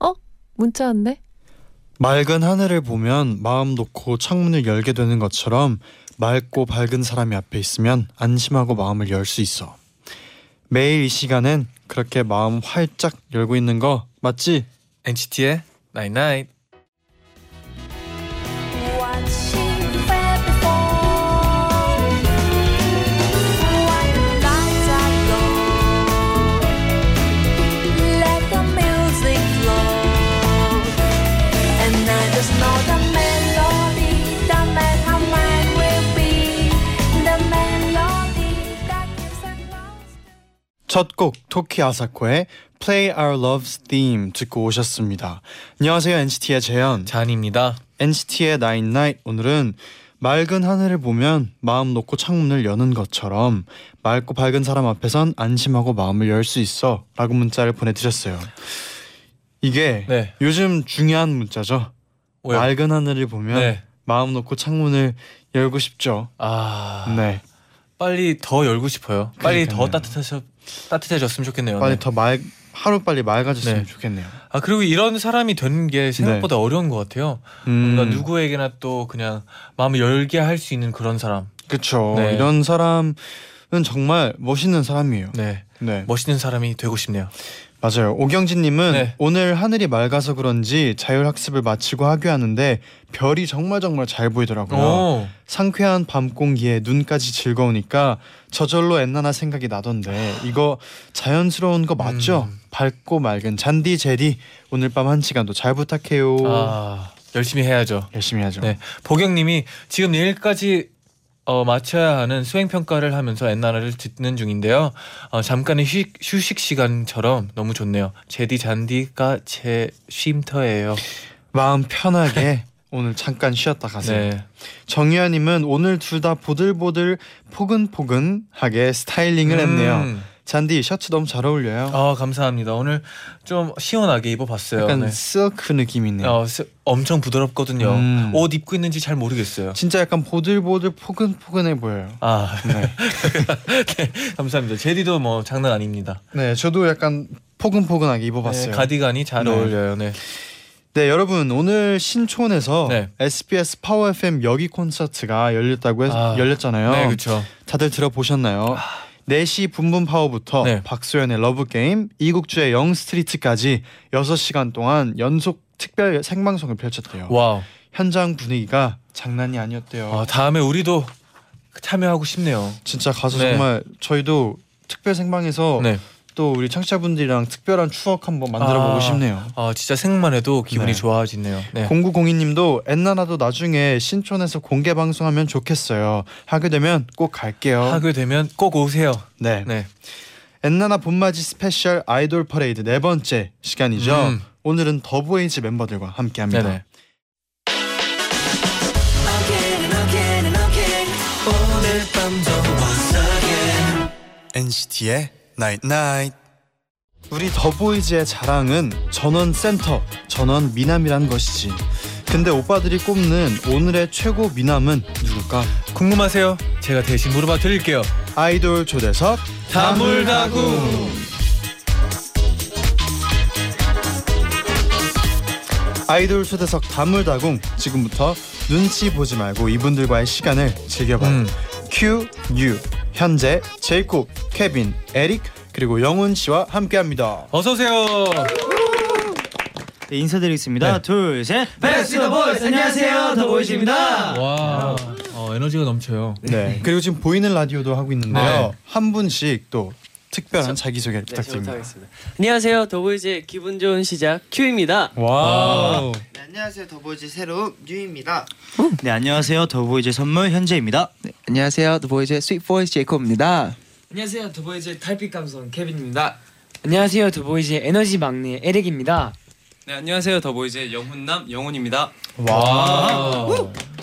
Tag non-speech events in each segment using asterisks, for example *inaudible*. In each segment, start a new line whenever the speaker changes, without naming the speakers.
어? 문자 왔네?
맑은 하늘을 보면 마음 놓고 창문을 열게 되는 것처럼 맑고 밝은 사람이 앞에 있으면 안심하고 마음을 열 수 있어. 매일 이 시간엔 그렇게 마음 활짝 열고 있는 거 맞지?
NCT의 Night Night.
watching fair before when the lights are gone let the music flow and I just know the melody the man how mine will be the melody that gives a lost
첫 곡 토키 아사코의 Play Our Love's Theme 듣고 오셨습니다. 안녕하세요 NCT의 재현.
잔입니다.
NCT의 Nine Night 오늘은 맑은 하늘을 보면 마음 놓고 창문을 여는 것처럼 맑고 밝은 사람 앞에선 안심하고 마음을 열 수 있어 라고 문자를 보내드렸어요 이게
네.
요즘 중요한 문자죠
왜요?
맑은 하늘을 보면
네.
마음 놓고 창문을 열고 싶죠
아
네
빨리 더 열고 싶어요. 빨리
그러니까요.
더 따뜻해져 따뜻해졌으면 좋겠네요.
빨리
네.
더 맑, 하루 빨리 맑아졌으면
네.
좋겠네요 네.
아 그리고 이런 사람이 되는 게 생각보다 어려운 것 같아요.
음,
뭔가 누구에게나 또 그냥 마음을 열게 할 수 있는 그런 사람.
그쵸
네.
이런 사람은 정말 멋있는 사람이에요
네,
네.
멋있는 사람이 되고 싶네요.
맞아요. 오경진님은
네.
오늘 하늘이 맑아서 그런지 자율학습을 마치고 하교하는데 별이 정말 정말 잘 보이더라고요.
오,
상쾌한 밤 공기에 눈까지 즐거우니까 저절로 엔나나 생각이 나던데 이거 자연스러운 거 맞죠?
음.
밝고 맑은 잔디 제디 오늘 밤 한 시간도 잘 부탁해요.
아 열심히 해야죠.
열심히 하죠.
네, 보경님이 지금 내일까지 어, 마쳐야 하는 수행 평가를 하면서 엔나나를 듣는 중인데요. 어, 잠깐의 휴식, 휴식 시간처럼 너무 좋네요. 제디 잔디가 제 쉼터예요.
마음 편하게 오늘 잠깐 쉬었다 가세요.
네,
정유아님은 오늘 둘 다 보들보들 포근포근하게 스타일링을 했네요.
음.
잔디 셔츠 너무 잘 어울려요.
아 감사합니다. 오늘 좀 시원하게 입어봤어요.
약간
네.
실크 느낌이네요.
어, 스- 엄청 부드럽거든요.
음.
옷 입고 있는지 잘 모르겠어요.
진짜 약간 보들보들 포근포근해 보여요.
아
네.
*laughs* 네, 감사합니다. 제디도 뭐 장난 아닙니다.
네, 저도 약간 포근포근하게
네,
입어봤어요. 네,
가디건이 잘
네.
어울려요. 네.
여러분 오늘 신촌에서
네.
SBS 파워 FM 여기 콘서트가 열렸다고 해서
아,
열렸잖아요.
네, 그렇죠.
다들 들어보셨나요? 4시 분분 파워부터
네.
박소연의 러브 게임, 이국주의 영 스트리트까지 6시간 동안 연속 특별 생방송을 펼쳤대요.
네. 와우.
현장 분위기가 장난이 아니었대요.
아, 다음에 우리도 참여하고 싶네요.
진짜 가서
네.
정말 저희도 특별 생방에서
네.
또 우리 청취자분들이랑 특별한 추억 한번 만들어 보고
아.
싶네요.
아 진짜 생각만 해도
네.
기분이 좋아지네요. 네.
0902님도 엔나나도 나중에 신촌에서 공개 방송하면 좋겠어요. 하게 되면 꼭 갈게요.
하게 되면 꼭 오세요.
네.
네.
엔나나 봄맞이 스페셜 아이돌 퍼레이드 네 번째 시간이죠.
음.
오늘은 더보이즈 멤버들과 함께합니다.
네네.
Again and again and again 오늘 밤도 once again
NCT의 Night Night. 우리 더보이즈의 자랑은 전원 센터, 전원 미남이란 것이지. 근데 오빠들이 꼽는 오늘의 최고 미남은 누굴까?
궁금하세요? 제가 대신 물어봐 드릴게요.
아이돌 초대석
다물다구.
아이돌 초대석 다물다궁 지금부터 눈치 보지 말고 이분들과의 시간을 즐겨봐요.
음.
큐, 유, 현재, 제이콥, 케빈, 에릭 그리고 영훈 씨와 함께합니다.
어서 오세요.
네, 인사드리겠습니다.
네.
둘, 셋.
백스 더 보이스 안녕하세요 더 보이스입니다
와. 어, 에너지가 넘쳐요.
네. 그리고 지금 보이는 라디오도 하고 있는데요.
네.
한 분씩 또 특별한 자기 소개를 부탁드립니다.
안녕하세요 더 보이스의 기분 좋은 시작 큐입니다
아,
와우.
네, 안녕하세요 더보이즈 새로운 뉴입니다.
네, 안녕하세요. 더보이즈 선물 현재입니다.
네, 안녕하세요. 더보이즈의 스윗 보이스 제이콥입니다.
안녕하세요 더 보이스의 달빛 감성 케빈입니다 안녕하세요 더 보이스의 에너지 막내 에릭입니다 네 안녕하세요 더보이즈의 영훈남 영훈입니다.
와.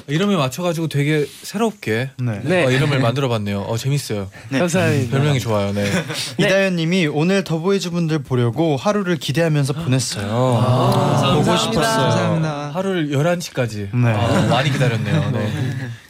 이름에 맞춰가지고 되게 새롭게
네.
어, 이름을 만들어봤네요. 어, 재밌어요.
감사합니다.
별명이 좋아요. 네.
이다현님이 오늘 더보이즈 분들 보려고 하루를 기대하면서 보냈어요. 보고 싶었어요.
아, 감사합니다.
하루를 11시까지 아,
네.
많이 기다렸네요. 네.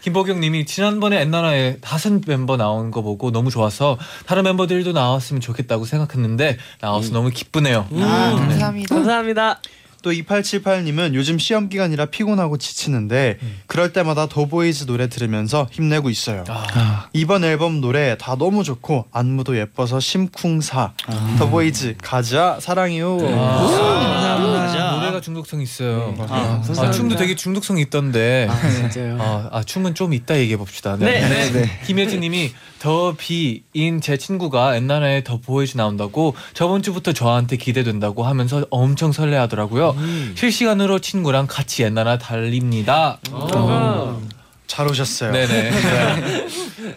김보경 님이 지난번에 엔나나에 다섯 멤버 나온 거 보고 너무 좋아서 다른 멤버들도 나왔으면 좋겠다고 생각했는데 나와서
음.
너무 기쁘네요.
아, 감사합니다.
감사합니다.
또 2878님은 요즘 시험 기간이라 피곤하고 지치는데 그럴 때마다 더보이즈 노래 들으면서 힘내고 있어요.
아.
이번 앨범 노래 다 너무 좋고 안무도 예뻐서 심쿵사
음.
더보이즈 가자 사랑해요. 아,
감사합니다.
아, 노래가 중독성 있어요.
네, 맞아요.
네. 아,
감사합니다.
춤도 되게 중독성 있던데. 아,
진짜요.
아, 춤은 좀 이따 얘기해 봅시다.
네, 네.
김혜진 님이 더 비인 제 친구가 엔나나에 더 보이즈 나온다고 저번 주부터 저한테 기대된다고 하면서 엄청 설레하더라고요.
음.
실시간으로 친구랑 같이 엔나나 달립니다.
어. 잘
*laughs*
오셨어요.
*laughs* 네네.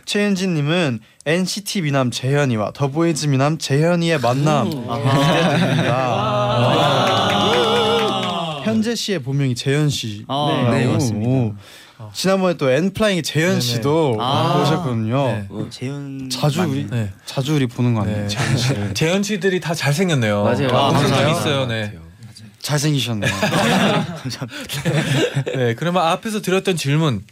*laughs* 최은진님은 NCT 미남 재현이와 더보이즈 미남 재현이의 만남 아, 기대됩니다. 현재 씨의 본명이 재현 씨.
아,
네,
맞습니다.
지난번에 또 엔플라잉의 재현
네네.
씨도
아.
오셨거든요.
네.
어, 재현
자주
맞네.
우리
네.
자주 우리 보는 거 아니에요?
네.
재현 씨를
재현 씨들이 다 잘생겼네요.
맞아요.
아,
아,
엄청
맞아요?
재밌어요. 네.
잘생기셨네요.
네. 그러면 앞에서 드렸던 질문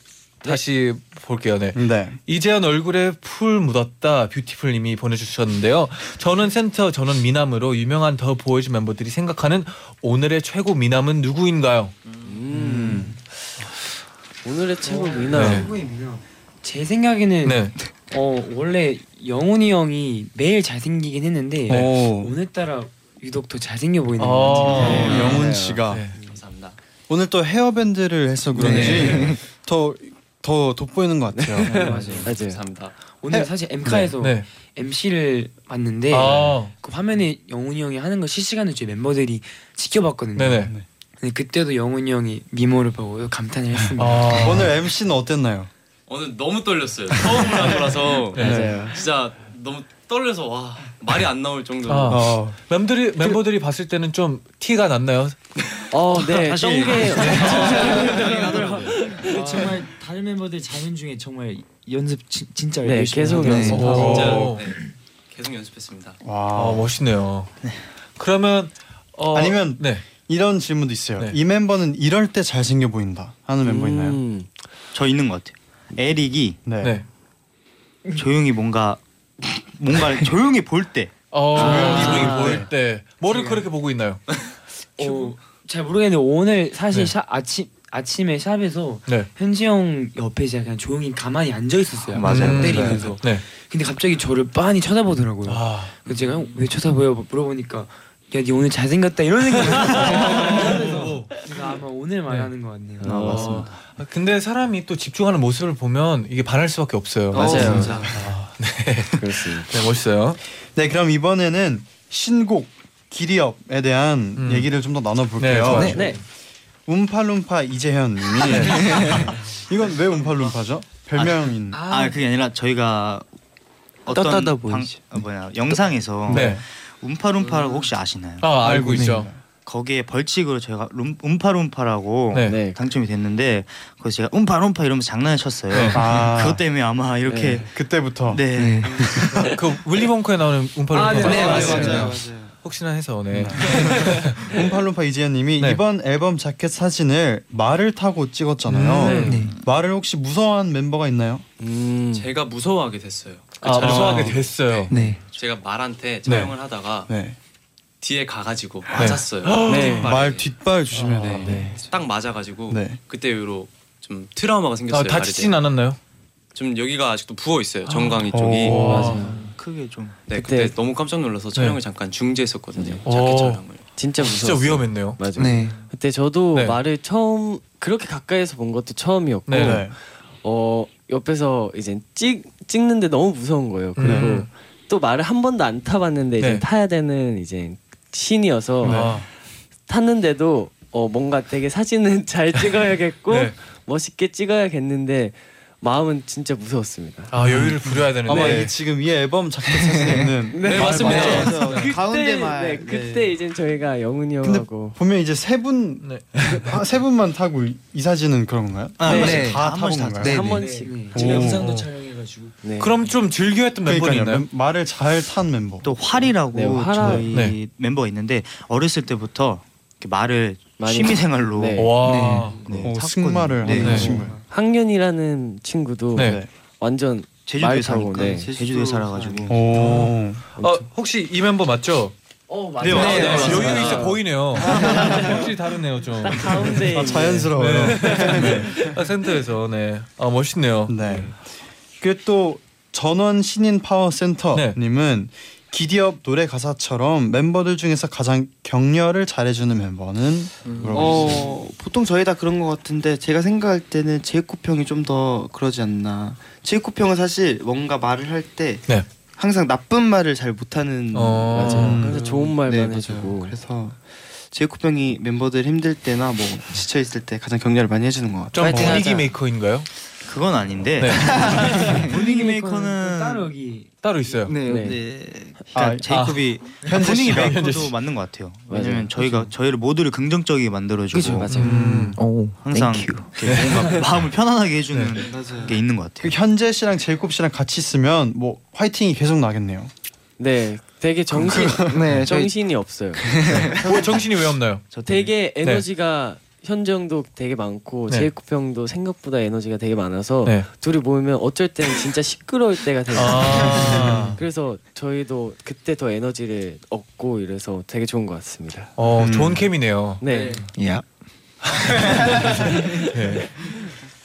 다시 볼게요. 네.
네.
이재현 얼굴에 풀 묻었다 뷰티풀님이 보내주셨는데요. 저는 센터, 저는 미남으로 유명한 더 보이즈 멤버들이 생각하는 오늘의 최고 미남은 누구인가요?
음.
오늘의 최고
네.
미남.
어, 제 생각에는
네.
어 원래 영훈이 형이 매일 잘생기긴 했는데
네.
오.
오늘따라 유독 더 잘생겨 보이는 것 같아요.
어,
네, 영훈 씨가
네.
감사합니다.
오늘 또 헤어밴드를 해서
네.
그런지 *laughs* 더 더 돋보이는 것 같아요.
네,
네.
맞아요. 감사합니다. 오늘 사실 엠카에서
네.
MC를 봤는데
아,
그 화면에 영훈이 형이 하는 걸 실시간으로 저희 멤버들이 지켜봤거든요.
네네.
근데 그때도 영훈이 형이 미모를 보고 감탄을 했습니다.
아,
*laughs* 오늘 MC는 어땠나요?
오늘 너무 떨렸어요. 처음 한 *laughs* 거라서
맞아요.
진짜 너무 떨려서 와 말이 안 나올 정도로.
아.
어.
멤버들이 멤버들이 봤을 때는 좀 티가 났나요?
어,
*laughs*
네.
다시.
쫑게
네.
아.
정말 다른 멤버들 자면 중에 정말 연습 진, 진짜
네, 열심히 계속 하고 연습. 있어요.
오.
네. 계속 연습했습니다.
와.
아 멋있네요. 그러면 어,
아니면
네.
이런 질문도 있어요.
네.
이 멤버는 이럴 때 잘생겨 보인다 하는
음.
멤버 있나요?
음. 저 있는 것 같아요. 에릭이
네.
네.
조용히 뭔가 뭔가 조용히 볼 때.
어, 이분이
아,
네.
보일 때 뭐를 그렇게 보고 있나요?
어, 잘 모르겠는데 오늘 사실
네.
샵 아침 아침에 샵에서
네.
현지 형 옆에 제가 그냥 조용히 가만히 앉아 있었어요.
맞아요.
음.
네.
때리면서.
네.
근데 갑자기 저를 빤히 쳐다보더라고요.
아,
그래서 제가 형, 왜 쳐다보여 물어보니까 야니 오늘 잘생겼다 이런 생각이 들어서 제가 아마 오늘 말하는 것 같네요.
아, 맞습니다.
*laughs* 아, 근데 사람이 또 집중하는 모습을 보면 이게 반할 수밖에 없어요.
맞아요.
그렇습니다.
네, 멋있어요.
네, 그럼 이번에는 신곡 기리업에 대한
음.
얘기를 좀 더
네,
나눠볼게요.
좋아요.
네.
움팔룸파 이재현님이
네.
*laughs* 이건 왜 움팔룸파죠? 별명인.
아 그게 아니라 저희가 어떤
떳떳하다
방,
보이지.
어, 뭐야 영상에서
네.
움파룸파라고 혹시 아시나요?
아, 알고 있죠.
거기에 벌칙으로 저희가 룸, 움파룸파라고
네.
당첨이 됐는데 그래서 제가 움파룸파 이러면서 장난을 쳤어요.
아.
그것 때문에 아마 이렇게
그때부터.
네.
그 윌리вон커에 나오는 움팔룸파.
아, 네, 네, 맞습니다.
맞아요.
혹시나 해서 네.
*laughs* 음.
*laughs*
움팔룸파 이재현님이
네.
이번 앨범 자켓 사진을 말을 타고 찍었잖아요.
음.
네.
말을 혹시 무서워하는 멤버가 있나요?
제가 무서워하게 됐어요. 그렇죠?
아, 무서워하게 됐어요.
네.
제가 말한테
촬영을
하다가
네.
뒤에 가가지고
아,
*gasps* 맞았어요.
네.
말 뒷발 조심해야
네.
돼요.
네.
딱 맞아가지고
네.
그때 이후로 좀 트라우마가
아,
생겼어요.
다치진 않았나요?
좀 여기가 아직도 부어 있어요. 정강이
쪽이. 오.
맞아요.
크게 좀
네, 그때, 너무 깜짝 놀라서 촬영을 잠깐 중지했었거든요.
네.
오.
자켓 촬영을.
진짜 무서웠어.
진짜 위험했네요.
맞아.
네.
그때 저도
네.
말을 처음 그렇게 가까이서 본 것도 처음이었고
네.
네.
어 옆에서 이제 찍 찍는데 너무 무서운 거예요. 그리고
음.
또 말을 한 번도 안 타봤는데
네.
이제 타야 되는 이제 신이어서
아,
탔는데도 *laughs* 어 뭔가 되게 사진은 잘 찍어야겠고
네.
멋있게 찍어야겠는데 마음은 진짜 무서웠습니다.
아 여유를 부려야 되는데.
아마
어,
이게 지금 이 앨범 자켓 사진에 있는
네, 맞습니다.
말 맞죠?
그때,
가운데 말.
네, 그때 이제 저희가 영훈이
근데
형하고
보면 이제 세분세
네.
분만 타고 이- 이 사진은 그런 건가요?
아,
한
네.
번씩
네,
다
한
타본 네.
번씩 다
건가요?
한
네.
번씩.
지금 영상도
촬영해가지고.
네.
그럼 좀 즐겨했던 멤버는
그러니까요.
있나요?
멤- 말을 잘 탄 멤버.
또 활이라고
네, 활아-
저희
네.
멤버가 있는데 어렸을 때부터 이렇게 말을
많이-
취미생활로
네.
와.
네,
어,
탔거든요.
승마를
네.
하는
네.
친구예요.
학년이라는 친구도
네.
완전
제주도에
말 타고,
사니까
네.
제주도에 살아가지고
오.
어, 혹시 이 멤버 맞죠?
어
네, 맞아요. 네, 맞습니다.
여유 있어 보이네요. 확실히 다르네요 좀.
가운데
아, 자연스러워요.
네. *laughs* 네. 아, 센터에서 네. 아 멋있네요.
네. 그또 전원 신인 파워
네.
센터님은 기디업 노래 가사처럼 멤버들 중에서 가장 격려를 잘해주는 멤버는
음.
물어보셨어요.
어 보통 저희 다 그런 것 같은데 제가 생각할 때는 제이콥 형이 좀 더 그러지 않나. 제이콥 형은 사실 뭔가 말을 할 때
네.
항상 나쁜 말을 잘 못하는.
어.
맞아요. 그래서
음,
좋은 말만
맞아요.
해주고.
그래서 제이콥 형이 멤버들 힘들 때나 뭐 지쳐 있을 때 가장 격려를 많이 해주는 것 같아요.
좀
파이팅
분위기
하자.
메이커인가요? 네.
그건 아닌데
*laughs*
분위기 메이커는
따로 여기
따로 있어요.
네.
네.
네.
아,
그러니까 제이콥이 분위기 메이커도 맞는 것 같아요. 왜냐면 저희가 저희를 모두를 긍정적이게 만들어주고
그죠 맞아요.
음.
오,
항상
땡큐.
이렇게 뭔가 *laughs*
*laughs*
마음을 편안하게 해주는
맞아요.
게 있는 것
그
같아요.
현재 씨랑 제이콥 씨랑 같이 있으면 뭐 화이팅이 계속 나겠네요.
네, 되게 정신
그,
네, 저희
정신이 없어요.
뭐 정신이 왜 없나요?
저 되게
되게 에너지가 현정도 되게 많고
네.
제이콥 형도 생각보다 에너지가 되게 많아서
네.
둘이 모이면 어쩔 때는 진짜 시끄러울 때가 되게
아.
그래서 저희도 그때 더 에너지를 얻고 이래서 되게 좋은 것 같습니다.
어
음.
좋은 캠이네요.
네. *laughs*
*laughs*
야.
네.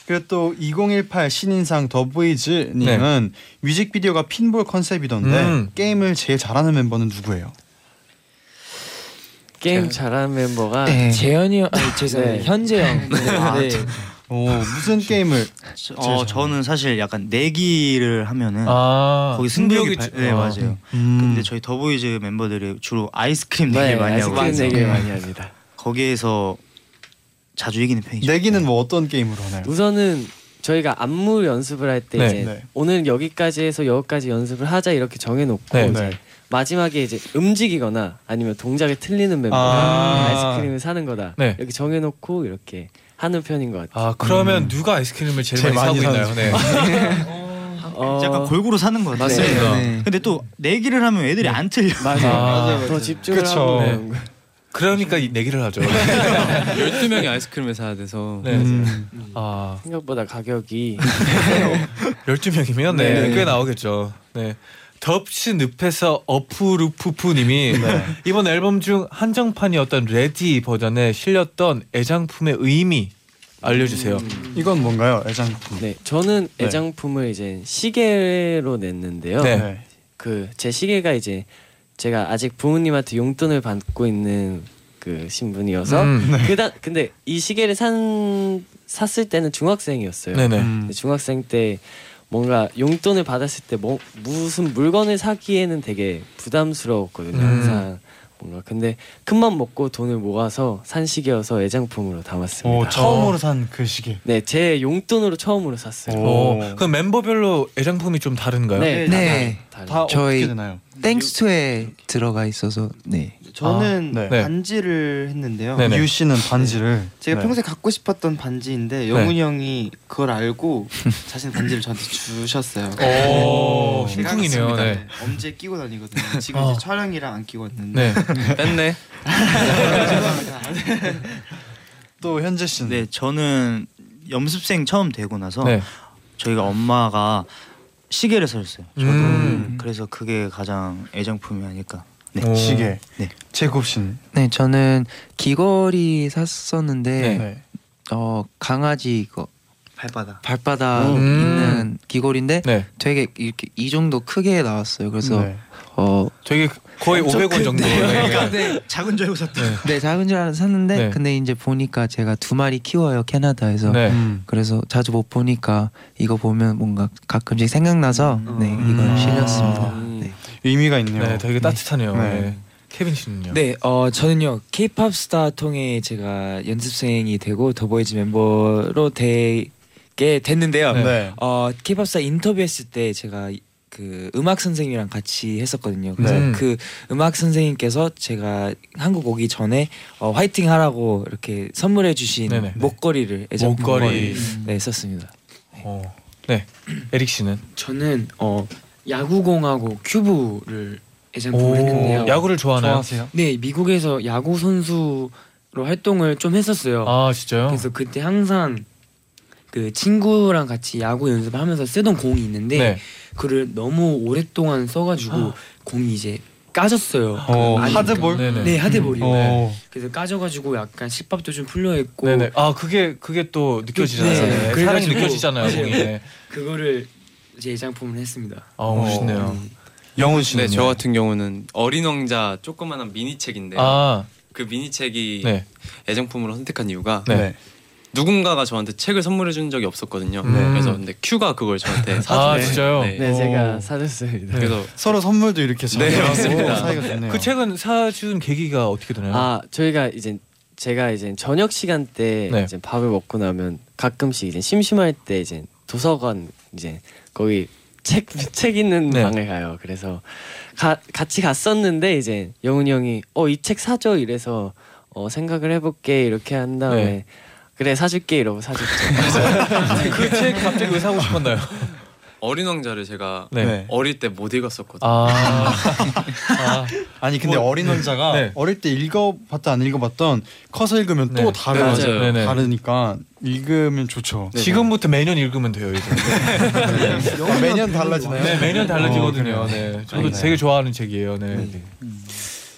그리고 또 2018 신인상 더보이즈님은 뮤직비디오가 핀볼 컨셉이던데
음.
게임을 제일 잘하는 멤버는 누구예요?
게임
*laughs*
잘하는 멤버가
네.
재현이 형, 아니, 죄송해요.
네.
현재 형.
아,
네.
오 무슨 게임을
어 저는 사실 약간 내기를 하면은
아
거기 승부욕이 발...
발-
네
어.
맞아요. 근데 저희 더보이즈 멤버들이 주로 아이스크림 되게 많이 하고
네,
있어요.
아이스크림 되게 많이 합니다.
거기에서 자주 이기는 편이죠.
내기는 뭐 어떤 게임으로 하나요?
네. 우선은 저희가 안무 연습을 할 때
네.
이제
네.
오늘 여기까지 해서 여기까지 연습을 하자 이렇게 정해놓고
네.
이제 마지막에 이제 움직이거나 아니면 동작이 틀리는 멤버가
아.
아~ 이스크림을 사는 거다
네.
이렇게 정해놓고 이렇게 하는 편인 것 같아요.
아 그러면 누가 아이스크림을 제일,
제일
많이 사고
많이
있나요? 네.
*laughs* 어,
약간 골고루 사는 것 같아요. 네.
맞습니다.
근데 또 내기를 하면 애들이 안 틀려.
네. 맞아요.
아, 맞아요,
더 집중을
그쵸.
하고
네.
그런 거.
그러니까 이
*laughs*
내기를 하죠.
12명이 아이스크림을 사야 돼서
네.
음.
아
생각보다 가격이
12명이면 네,
네.
꽤 나오겠죠. 네. 덥신 늪에서 어프루푸푸님이
네.
이번 앨범 중 한정판이었던 레디 버전에 실렸던 애장품의 의미 알려주세요.
음.
이건 뭔가요? 애장품.
네 저는
네.
애장품을 이제 시계로 냈는데요.
네.
그 제 시계가 이제 제가 아직 부모님한테 용돈을 받고 있는 그 신분이어서
음.
그다 근데 이 시계를 산 샀을 때는 중학생이었어요.
네네.
음.
근데 중학생 때 뭔가 용돈을 받았을 때 뭐, 무슨 물건을 사기에는 되게 부담스러웠거든요.
음.
항상 뭔가 근데 큰맘 먹고 돈을 모아서 산 시계여서 애장품으로 담았습니다.
처음으로 산 그 시계.
네, 제 용돈으로 처음으로 샀어요.
오. 그럼 멤버별로 애장품이 좀 다른가요?
네,
네.
다,
다
다,
저희-
어떻게 되나요?
땡스 투에 들어가 있어서 네.
저는
아,
네.
반지를 했는데요.
네네.
유 씨는 반지를
제가
네.
평소에 갖고 싶었던
네.
반지인데 영훈이 형이 그걸
*laughs*
알고 자신 반지를 저한테 주셨어요.
오,
제가
심쿵이네요.
갖습니다.
네.
엄지에 끼고 다니거든요. 지금
어.
이제 촬영이랑 안 끼고 왔는데.
네.
*laughs*
뺐네.
또 현재 씨는
네, 저는 염습생 처음 되고 나서
네.
저희가 엄마가 시계를 사줬어요. 저도
음.
그래서 그게 가장 애정품이 아닐까. 네.
오.
시계.
네.
제곱 씨는
네, 저는 귀걸이 샀었는데
네.
네.
어 강아지 이거
발바닥.
발바닥
음.
있는 귀걸인데
네.
되게 이렇게 이 정도 크게 나왔어요. 그래서
네.
어
되게 거의 500원
*laughs*
정도. 네.
네,
작은 줄 알고 샀던.
네 작은 줄 알아서 샀는데
네.
근데 이제 보니까 제가 두 마리 키워요 캐나다에서
네.
음.
그래서 자주 못 보니까 이거 보면 뭔가 가끔씩 생각나서 네
음.
이걸 실렸습니다.
아.
음.
네.
의미가 있네요.
네, 되게 따뜻하네요.
네.
네. 케빈 씨는요?
네, 어 저는요 K-팝 스타 통해 제가 연습생이 되고 더보이즈 멤버로 되게 게 됐는데요.
네.
어, K-팝사 인터뷰했을 때 제가 그 음악 선생님이랑 같이 했었거든요. 그래서
네.
그 음악 선생님께서 제가 한국 오기 전에 어, 화이팅 하라고 이렇게 선물해 주신
네네.
목걸이를 애정
목걸이.
목걸이 네, 썼습니다.
네, 에릭 씨는
저는 어 야구공하고 큐브를
오,
애장품을 했는데요.
야구를 좋아하나요? 좋아하세요?
네, 미국에서 야구 선수로 활동을 좀 했었어요.
아 진짜요?
그래서 그때 항상 그 친구랑 같이 야구 연습하면서 쓰던 공이 있는데
네. 아.
그를 너무 오랫동안 써가지고 공이 이제 까졌어요.
어,
그 안이니까.
하드볼? 네네.
네, 하드볼이요.
음, 네.
그래서 까져가지고 약간 식밥도 좀 풀려 있고.
네네. 아 그게 그게 또 느껴지잖아요.
네,
네. 사랑이
그래가지고
느껴지잖아요.
맞아요.
공이. 네.
그거를 제 장품을 했습니다.
아 멋있네요.
영훈
네, 저 같은 경우는 어린 왕자 조그만한 미니책인데
아.
요그 미니책이
네.
애정품으로 선택한 이유가
네.
누군가가 저한테 책을 선물해 준 적이 없었거든요.
네.
그래서 근데 큐가 그걸 저한테 사줬어요.
아, 진짜요?
네, 제가
사줬습니다. 그래서
네, 서로 선물도 이렇게 잘
네,
받고
맞습니다.
사이가 좋네요.
그 책은 사준 계기가 어떻게 되나요?
아 저희가 이제 제가 이제 저녁 시간 때
네.
이제 밥을 먹고 나면 가끔씩 이제 심심할 때 이제 도서관 이제 거기 책 *laughs* 책 있는
네.
방을 가요. 그래서 가, 같이 갔었는데 이제 영훈이 형이 어 이 책 사줘 이래서 어 생각을 해볼게 이렇게 한 다음에
네.
그래 사줄게 이러고
*laughs*
사줬죠.
그 책 갑자기 왜 사고 싶었나요?
어린 왕자를 제가
네.
어릴 때 못 읽었었거든요.
아.
*laughs* 아니 근데
뭐,
어린 왕자가
네.
어릴 때 읽어봤던 안 읽어봤던 커서 읽으면
네.
또 다른
네, 맞아요. 네네.
다르니까 읽으면 좋죠.
지금부터 매년 읽으면 돼요 이제.
아, 매년 달라지나요?
네, 매년 달라지거든요.
어, 그래요.
네, 저도
아니네.
되게 좋아하는 책이에요. 네.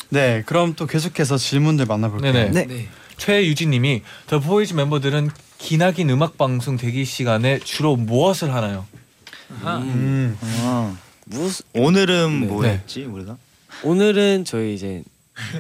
네, 그럼 또 계속해서 질문들 만나볼게요.
네네. 최유진님이 더 보이즈 멤버들은 기나긴 음악 방송 대기 시간에 주로 무엇을 하나요?
음.
무슨
오늘은 뭐
네.
했지 우리가?
오늘은 저희 이제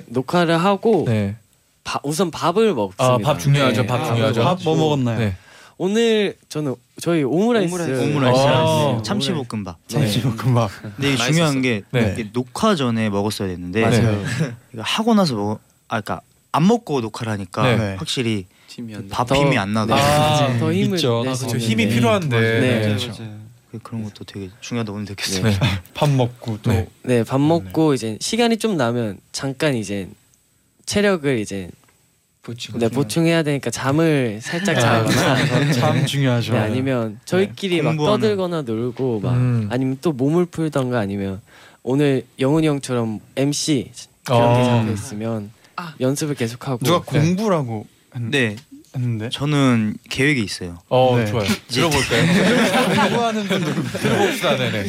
녹화를 하고
네.
바- 우선 밥을
뭐
먹습니다.
아, 밥
네.
중요하죠, 밥 중요하죠.
아,
밥뭐 먹었나요? 네.
오늘 저는 저희 오므라이스
오므라이스, 오므라이스. 네.
아.
참치볶음밥.
네.
네.
참치볶음밥.
근데 이게 중요한 게
네.
이게 녹화 전에 먹었어야 됐는데
맞아요.
*laughs* 이거 하고 나서 먹어 아 그러니까 안 먹고 녹화를 하니까
네.
확실히 그
안
밥
나.
힘이 안 나더라고요. *laughs*
아, 더 힘을 있죠. 낼 아, 수 그쵸. 힘이 있는. 필요한데.
맞아요.
네.
그렇죠.
맞아요.
그- 그런 것도 되게 중요하다 오늘 느꼈어요. *laughs*
네.
밥 먹고 또
네, 밥 먹고 이제 시간이 좀 나면 잠깐 이제 체력을 이제
보충.
네, 보충해야 되니까 잠을 살짝 자거나
아, 그렇죠. 잠 중요하죠.
네, 아니면 저희끼리
네,
막
공부하는.
떠들거나 놀고 막
음.
아니면 또 몸을 풀던가 아니면 오늘 영훈이 형처럼 MC 그런 게
어.
잡혀 있으면 연습을 계속하고 네.
누가 공부라고
네.
했는데
저는 계획이 있어요.
어, 좋아요. 들어볼까요?
*laughs*
공부하는 분
들어봅시다. 네네.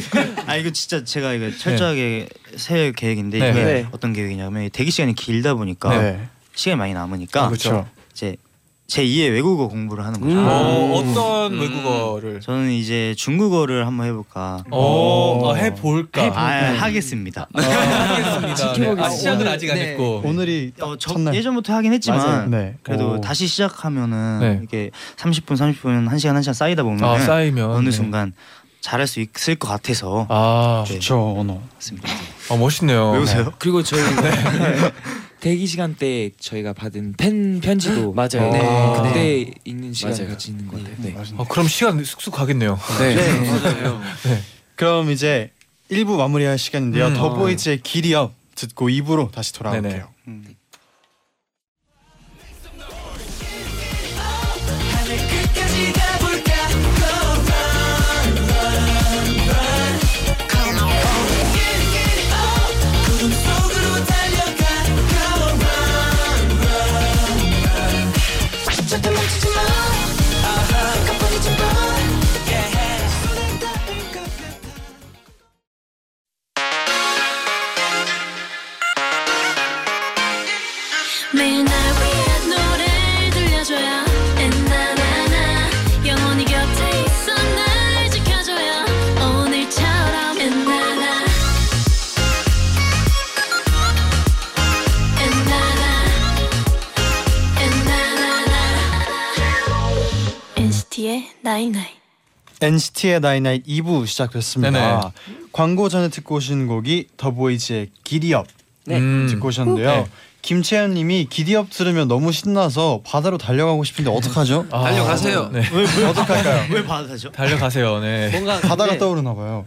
아 이거 진짜 제가 이거 철저하게 새해 계획인데
네.
이게
네.
어떤 계획이냐면 대기 시간이 길다 보니까
네.
시간이 많이 남으니까
아, 그쵸.
이제 제 2의 외국어 공부를 하는 거죠. 음.
음. 오, 어떤 외국어를?
저는 이제 중국어를 한번 해볼까.
오, 아, 해볼까?
해볼까? 아,
해볼까?
하겠습니다.
아, 하겠습니다. 지켜보겠습니다. 네. 아, 시작은 아직 안 했고.
오늘이
어, 저
첫날.
예전부터 하긴 했지만
맞아요. 네.
그래도
오.
다시 시작하면은
네.
이게 30분, 30분, 1시간, 1시간 쌓이다 보면
아, 쌓이면,
어느
네.
순간 잘할 수 있을 것 같아서 네.
아,
좋죠 언어.
아 멋있네요.
외우세요? 네.
그리고
*laughs*
저희 대기 시간 때 저희가 받은 팬
*laughs*
편지도
어,
맞아요.
네,
아.
그때 읽는 시간
맞아요.
같이 있는 것 같아요.
네.
네.
아, 그럼 시간 쑥쑥 *laughs* 가겠네요. 네.
네. 그럼 이제 1부 마무리할 시간인데요.
음.
더보이즈의 길이업 어. 듣고 2부로 다시 돌아올게요.
네네.
끝까지 가볼까 Go run run run Come on Get it get it up 구름 속으로 달려가 Go run run run 절대 멈추지 마 아하 가뿐히지 마 Yeah 손을 따뜻
매일 날 위한 노래를 들려줘요 엔나나나 영원히 곁에 있어 날 지켜줘요 오늘처럼 엔나나 엔나나 엔나나나 NCT의 나이나이
NCT의 나이나잇 2부 시작됐습니다.
네네.
광고 전에 듣고 오신 곡이 더보이즈의 길이업
네. 음.
듣고 오셨는데요.
네.
김채연님이 기디업 들으면 너무 신나서 바다로 달려가고 싶은데 어떡하죠?
아, 달려가세요. 네. 왜, 왜
어떡할까요?
왜 받아죠?
달려가세요. 네.
뭔가
바다가
근데- 어,
떠오르나 봐요.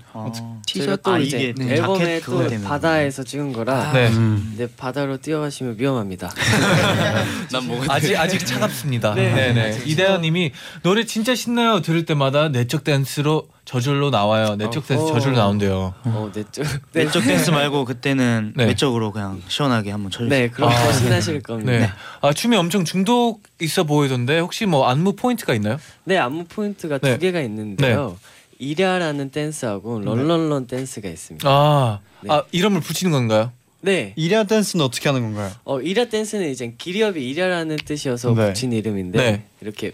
티셔츠
아,
이제
이게
네.
또
앨범에
자켓
또
그거 때문에.
바다에서 찍은 거라
네.
네, 바다로 뛰어가시면 위험합니다. *laughs*
난 뭐가
아직
돼?
아직 차갑습니다.
네.
네, 네.
아직
이대현님이 노래 진짜 신나요. 들을 때마다 내적 댄스로 저절로 나와요. 내적 댄스
어허.
저절로 나온대요.
어, 내쪽
*laughs* 외적 댄스 말고 그때는
네. 아,
외적으로 그냥 시원하게 한번 쳐주세요.
네, 그럼 더 신나실 겁니다.
네. 아 춤이 엄청 중독 있어 보이던데 혹시 뭐 안무 포인트가 있나요?
네, 안무 포인트가
네.
두 개가 있는데요. 이랴라는 댄스하고 런런런 댄스가 있습니다.
아, 아 이름을 붙이는 건가요?
네.
이리아 댄스는 어떻게 하는 건가요?
어, 이랴 댄스는 이제 기리업이 이랴라는 뜻이어서
네.
붙인 이름인데
네.
이렇게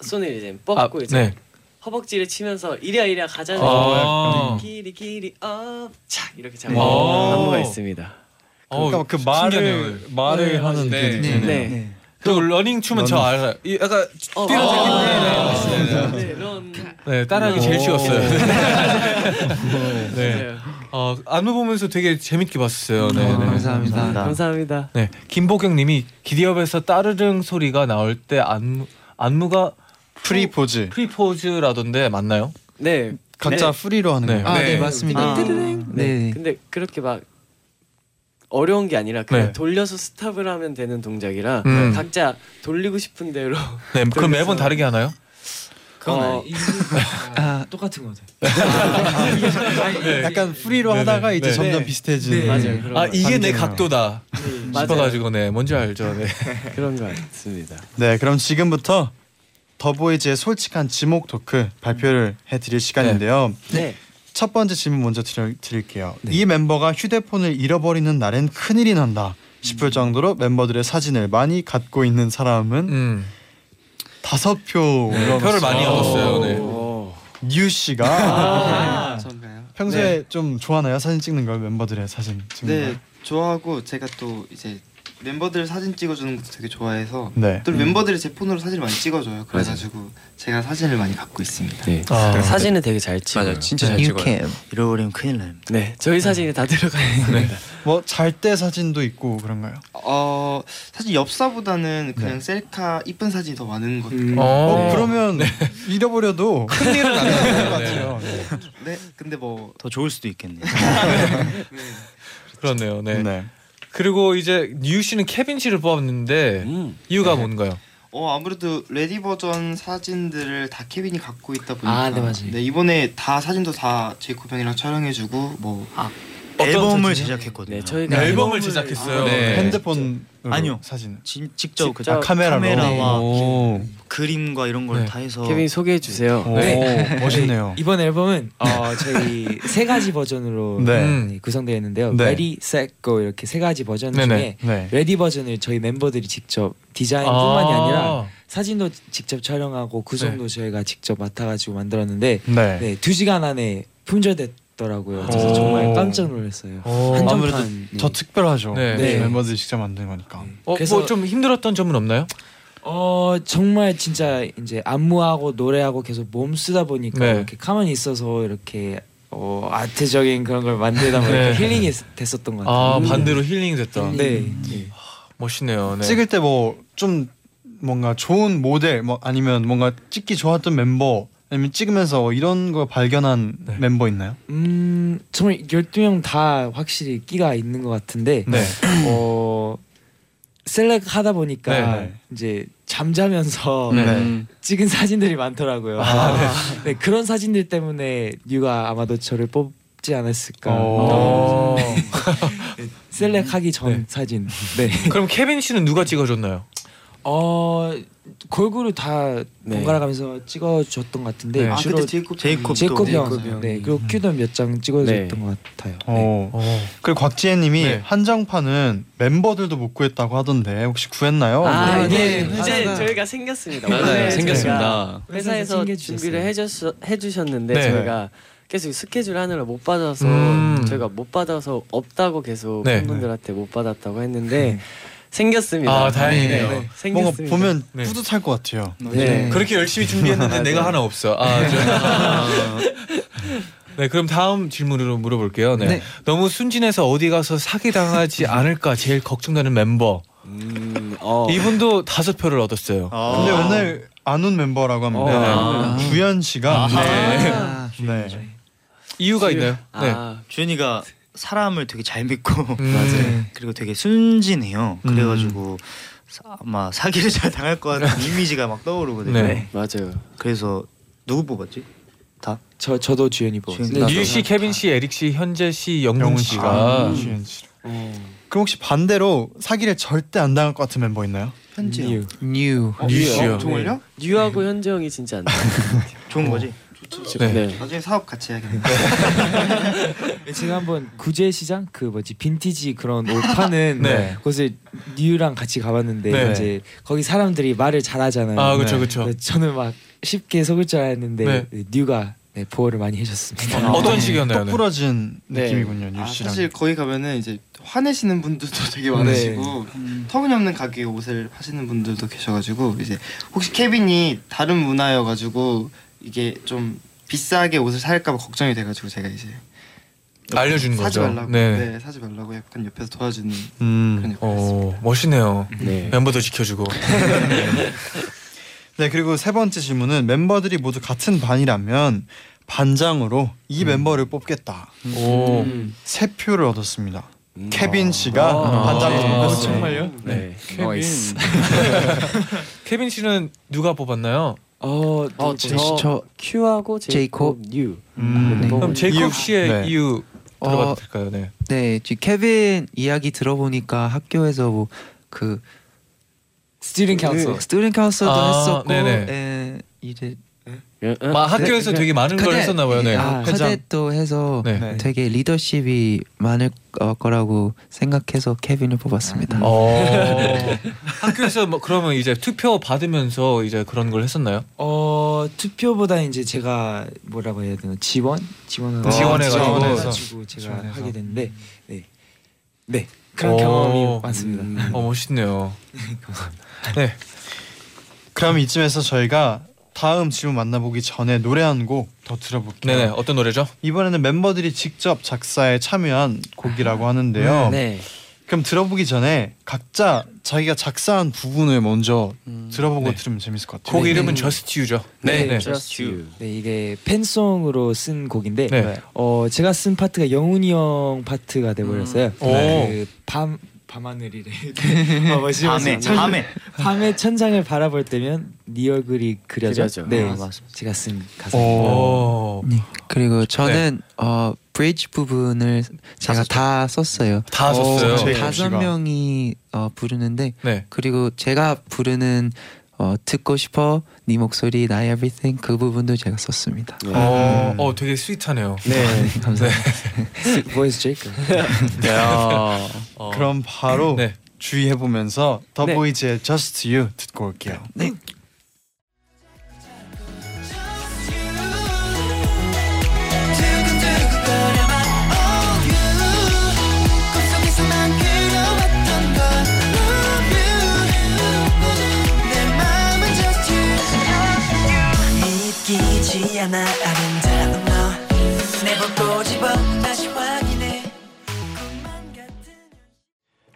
손을 이제 뻗고
아,
이제
네.
허벅지를 치면서 이랴 이랴 가자는
아.
거 끼리 끼리 업착 이렇게 잡는
네.
안무가
오.
있습니다.
어,
그러니까 그 말을 말을 하는 그
네.
네.
네. 또 러닝 춤은 저 알아요. 이 약간 뛰는
어, 어,
느낌.
네,
네, 네, 네.
네, 런.
네, 따라하기 제일
오.
쉬웠어요. *laughs*
오.
네.
맞아요.
어, 안무 보면서 되게 재밌게 봤어요. 네, 네.
아,
감사합니다.
감사합니다.
네, 김보경님이 기디업에서 따르릉 소리가 나올 때 안무 안무가
프리포즈
프리포즈라던데 맞나요?
네.
각자
네.
프리로 하는 거예요.
아,
네.
근데 그렇게 막 어려운 게 아니라 그냥
네.
돌려서 스탑을 하면 되는 동작이라
음.
각자 돌리고 싶은 대로.
네, 그
돌려서-
매번 다르게 하나요?
어,
아, 똑같은 거 같아요.
네.
약간 프리로
네,
하다가
네,
이제
네.
점점
네.
비슷해지는.
네.
맞아요. 그런
아
거.
이게 내
반대네요.
각도다
맞아요.
싶어가지고 네 뭔지 알죠 네.
그런 거 같습니다.
네, 그럼 지금부터 더보이즈의 솔직한 지목 토크 발표를 해드릴 시간인데요.
네.
첫 번째 질문 먼저 드려, 드릴게요.
네.
이 멤버가 휴대폰을 잃어버리는 날엔 큰일이 난다
음.
싶을 정도로 멤버들의 사진을 많이 갖고 있는 사람은 다섯 표
음. 네,
올라갔어요.
표를 많이 얻었어요. 네.
뉴 씨가 *laughs*
아, 전가요?
네.
평소에 좀 좋아하나요 사진 찍는 걸 멤버들의 사진 찍는
네
걸?
좋아하고 제가 또 이제 멤버들 사진 찍어주는 것도 되게 좋아해서
네.
또
음.
멤버들이 제 폰으로 사진을 많이
네.
찍어줘요. 그래가지고 제가 사진을 많이 갖고 있습니다.
*laughs* 네.
아.
그럼 사진을 되게 잘 찍어요.
맞아요. 진짜 잘
You
찍어요.
can.
잃어버리면 큰일 납니다.
네, 저희 사진이 다 들어가 있습니다.
네. 뭐잘 때 사진도 있고 그런가요?
어 사실 엽사보다는 그냥 셀카 이쁜 사진이 더 많은 것 같아요.
어, 그러면 잃어버려도 큰일은 안 나는 것 같아요. 네.
네 근데 뭐
더 좋을 수도 있겠네요.
그렇네요. 네.
네.
그리고 이제 뉴 씨는 케빈 씨를 뽑았는데 이유가 뭔가요?
어 아무래도 레디 버전 사진들을 다 케빈이 갖고 있다 보니까
아, 네, 맞아요.
네, 이번에 다 사진도 다 제이콥 형이랑 촬영해주고 뭐
앨범을 제작했거든요.
네, 저희가
앨범을 제작했어요.
네.
핸드폰
아니요.
사진 아,
진, 직접, 그
직접
카메라로.
카메라와
오.
그림과 이런 걸
네.
다 해서 네.
케빈 소개해 주세요.
오, 네. *laughs* 멋있네요.
이번 앨범은 어,
*laughs*
저희 세 가지 버전으로
네.
음, 구성되어 있는데요.
네.
Ready, Set, Go 이렇게 세 가지 버전
네네.
중에
네.
레디 버전을 저희 멤버들이 직접 디자인뿐만이
아.
아~ 니라 사진도 직접 촬영하고 구성도 저희가 직접 맡아가지고 만들었는데
네.
네, 두 시간 안에 품절됐더라고요.
오.
그래서 정말 깜짝 어. 놀랐어요.
오.
아무래도
한정판.
더 특별하죠.
네.
네.
멤버들이 직접 만든 거니까.
어,
그래서-
뭐 좀 힘들었던 점은 없나요?
어 정말 진짜 이제 안무하고 노래하고 계속 몸 쓰다 보니까
네.
이렇게 가만히 있어서 이렇게 어 아트적인 그런 걸 만들다 보니까
네.
힐링이 됐었던 것 같아요.
아
음.
반대로 힐링이 됐다.
네.
멋있네요. 네.
찍을 때 뭐 좀 뭔가 좋은 모델 뭐 아니면 뭔가 찍기 좋았던 멤버 아니면 찍으면서 뭐 이런 거 발견한 멤버 있나요?
음 정말 12명 다 확실히 끼가 있는 것 같은데
네.
어 셀렉 하다 보니까
네.
이제 잠자면서
네.
찍은 사진들이 많더라고요. 네. 그런 사진들 때문에 뉴가 아마도 저를 뽑지 않았을까. 네.
오.
셀렉하기 전 사진. 네.
그럼 케빈 씨는 누가 찍어줬나요?
어 골고루 다
네.
번갈아 가면서 찍어줬던 것 같은데
네.
아
주로
그때 제이콥
제이콥도
제이콥 형,
제이콥 형이.
네 그리고 큐도 몇 장 찍어줬던
네.
것 같아요.
어.
네.
그리고 곽지혜님이
네.
한정판은 멤버들도 못 구했다고 하던데 혹시 구했나요?
아,
뭐
네.
이런-
이제 저희가 생겼습니다.
맞아요,
오늘
생겼습니다.
저희가 회사에서
챙겨주셨어요.
준비를 해줬, 해주셨는데
네.
저희가 계속 스케줄 하느라 못 받아서
음.
저희가 못 받아서 없다고 계속
네.
팬분들한테 못 받았다고 했는데 생겼습니다.
아, 다행이네요.
생겼습니다.
뭔가 보면
네.
뿌듯할 것 같아요.
네.
그렇게 열심히 준비했는데 내가 하나 없어. 아, 저- 아, 네, 그럼 다음 질문으로 물어볼게요. 네. 너무 순진해서 어디 가서 사기 당하지 않을까 제일 걱정되는 멤버. 이분도 다섯 표를 얻었어요.
음, 어. 근데 오늘 안 온 멤버라고 합니다.
어.
네. 주현 씨가
아.
네. 네.
이유가
주연-
있나요? 네.
아,
네.
주현이가 사람을 되게 잘 믿고
음.
*laughs*
맞아요. 음.
그리고 되게 순진해요. 그래가지고 사- 아마 사기를 잘 당할 것
*laughs*
같은 이미지가 막 떠오르거든요.
네. 맞아요.
그래서 누구 뽑았지? 다?
저 저도 주현이
뽑았어요.
류 씨, 네, 케빈 씨, 에릭 씨, 현재 씨, 음, 아, 영웅
영훈
씨가 어.
씨. 주현 씨. 그럼 혹시 반대로 사기를 절대 안 당할 것 같은 멤버 있나요?
현지요.
뉴.
어, 뉴요. 어, 정말요?
뉴하고 현재 형이 진짜 안 돼.
*laughs*
좋은 거지?
네.
나중에 사업 같이
*laughs*
해야겠네.
제가 예, 한번 구제 시장 그 뭐지 빈티지 그런 옷 파는
*laughs* 네.
곳을 뉴랑 같이 가봤는데
네.
이제 거기 사람들이 말을 잘하잖아요.
아, 그쵸,
네.
그쵸.
그래서 저는 막 쉽게 속을 줄 알았는데 뉴가 네, 보호를 많이
아,
해줬습니다.
네.
똑부러진
네.
느낌이군요,
아,
뉴 씨랑.
사실 거기 가면은 이제 화내시는 분들도
네.
되게 많으시고
음.
터무니없는 가격에 옷을 파시는 분들도 계셔가지고 이제 혹시 케빈이 다른 문화여가지고 이게 좀 비싸게 옷을 살까 봐 걱정이 돼가지고 제가 이제
알려주는
사지
거죠.
말라고
네.
네. 사지 말라고 약간 옆에서 도와주는
음, 어, 멋있네요.
네.
멤버도 지켜주고.
*laughs* 네 그리고 세 번째 질문은 멤버들이 모두 같은 반이라면 반장으로 이 멤버를 뽑겠다.
음.
음.
오.
세 표를 얻었습니다. 케빈 씨가
아.
반장으로 아, 뽑혔어요.
네.
*laughs*
케빈. *laughs*
나이스.
케빈 씨는 누가 뽑았나요?
어,
어, 저, 저
아.
Q하고 제이콥, 뉴.
음.
그럼 제이콥 씨의
네.
이유 들어봐도
어,
될까요? 네.
네, 지금 케빈 이야기 들어보니까 학교에서 뭐그
스튜던
그
카운슬.
스튜던 카운슬도
아,
했었고
네네. 예? 어? 네.
예, 이제
마- 학교에서 되게 많은 걸
카데-
했었나 봐요, 네.
아,
회장.
카데도 해서
네.
되게 리더십이 많을 어, 거라고 생각해서 케빈을 뽑았습니다.
어, 학교에서 뭐 그러면 이제 투표 받으면서 이제 그런 걸 했었나요?
어 투표보다 이제 제가 뭐라고 해야 되나 지원 지원을
어, 지원해가지고. 그
지원해가지고 제가
지원해서.
하게 됐는데 네, 네 그런 경험이 많습니다.
어 멋있네요.
음. 네. 그럼 이쯤에서 저희가 다음 질문 만나보기 전에 노래 한 곡 더 들어볼게요.
네네 어떤 노래죠? 어,
이번에는 멤버들이 직접 작사에 참여한 곡이라고 하는데요.
네.
그럼 들어보기 전에 각자 자기가 작사한 부분을 먼저 들어보고 들으면 재밌을 것 같아요. 네.
곡 이름은 네. Just You죠. 네.
네 이게 팬송으로 쓴 곡인데
네.
어 제가 쓴 파트가 영훈이 형 파트가 돼버렸어요. 네.
음. 오. 아,
그밤 밤하늘이래. *laughs* 이렇게. 어, 멋있-
네.
밤에,
멋있-
밤에.
밤에 천장을 바라볼 때면 네 얼굴이 그려져.
그려져.
네,
아,
제가 쓴
오.
가사입니다.
그리고 저는
네.
어 브릿지 부분을 제가 다 썼어요.
다 썼어요?
어,
제이홉
다섯
씨가.
명이 어, 부르는데
네.
그리고 제가 부르는 어, 듣고 싶어 네 목소리 나의 everything 그 부분도 제가 썼습니다.
어, 어 되게 스윗하네요. *laughs*
*laughs* 네. 감사합니다.
보이스 제이크.
*laughs* 야. 네. 그럼 바로 주의해 보면서 더
네.
보이즈의 Just You 듣고 올게요.
두근두근거려봐 All you 꿈속에서만 그려왔던 걸 Love you 내 마음은 just you 믿기지 않아 아름다운 너내 보고 집어 다시 확인해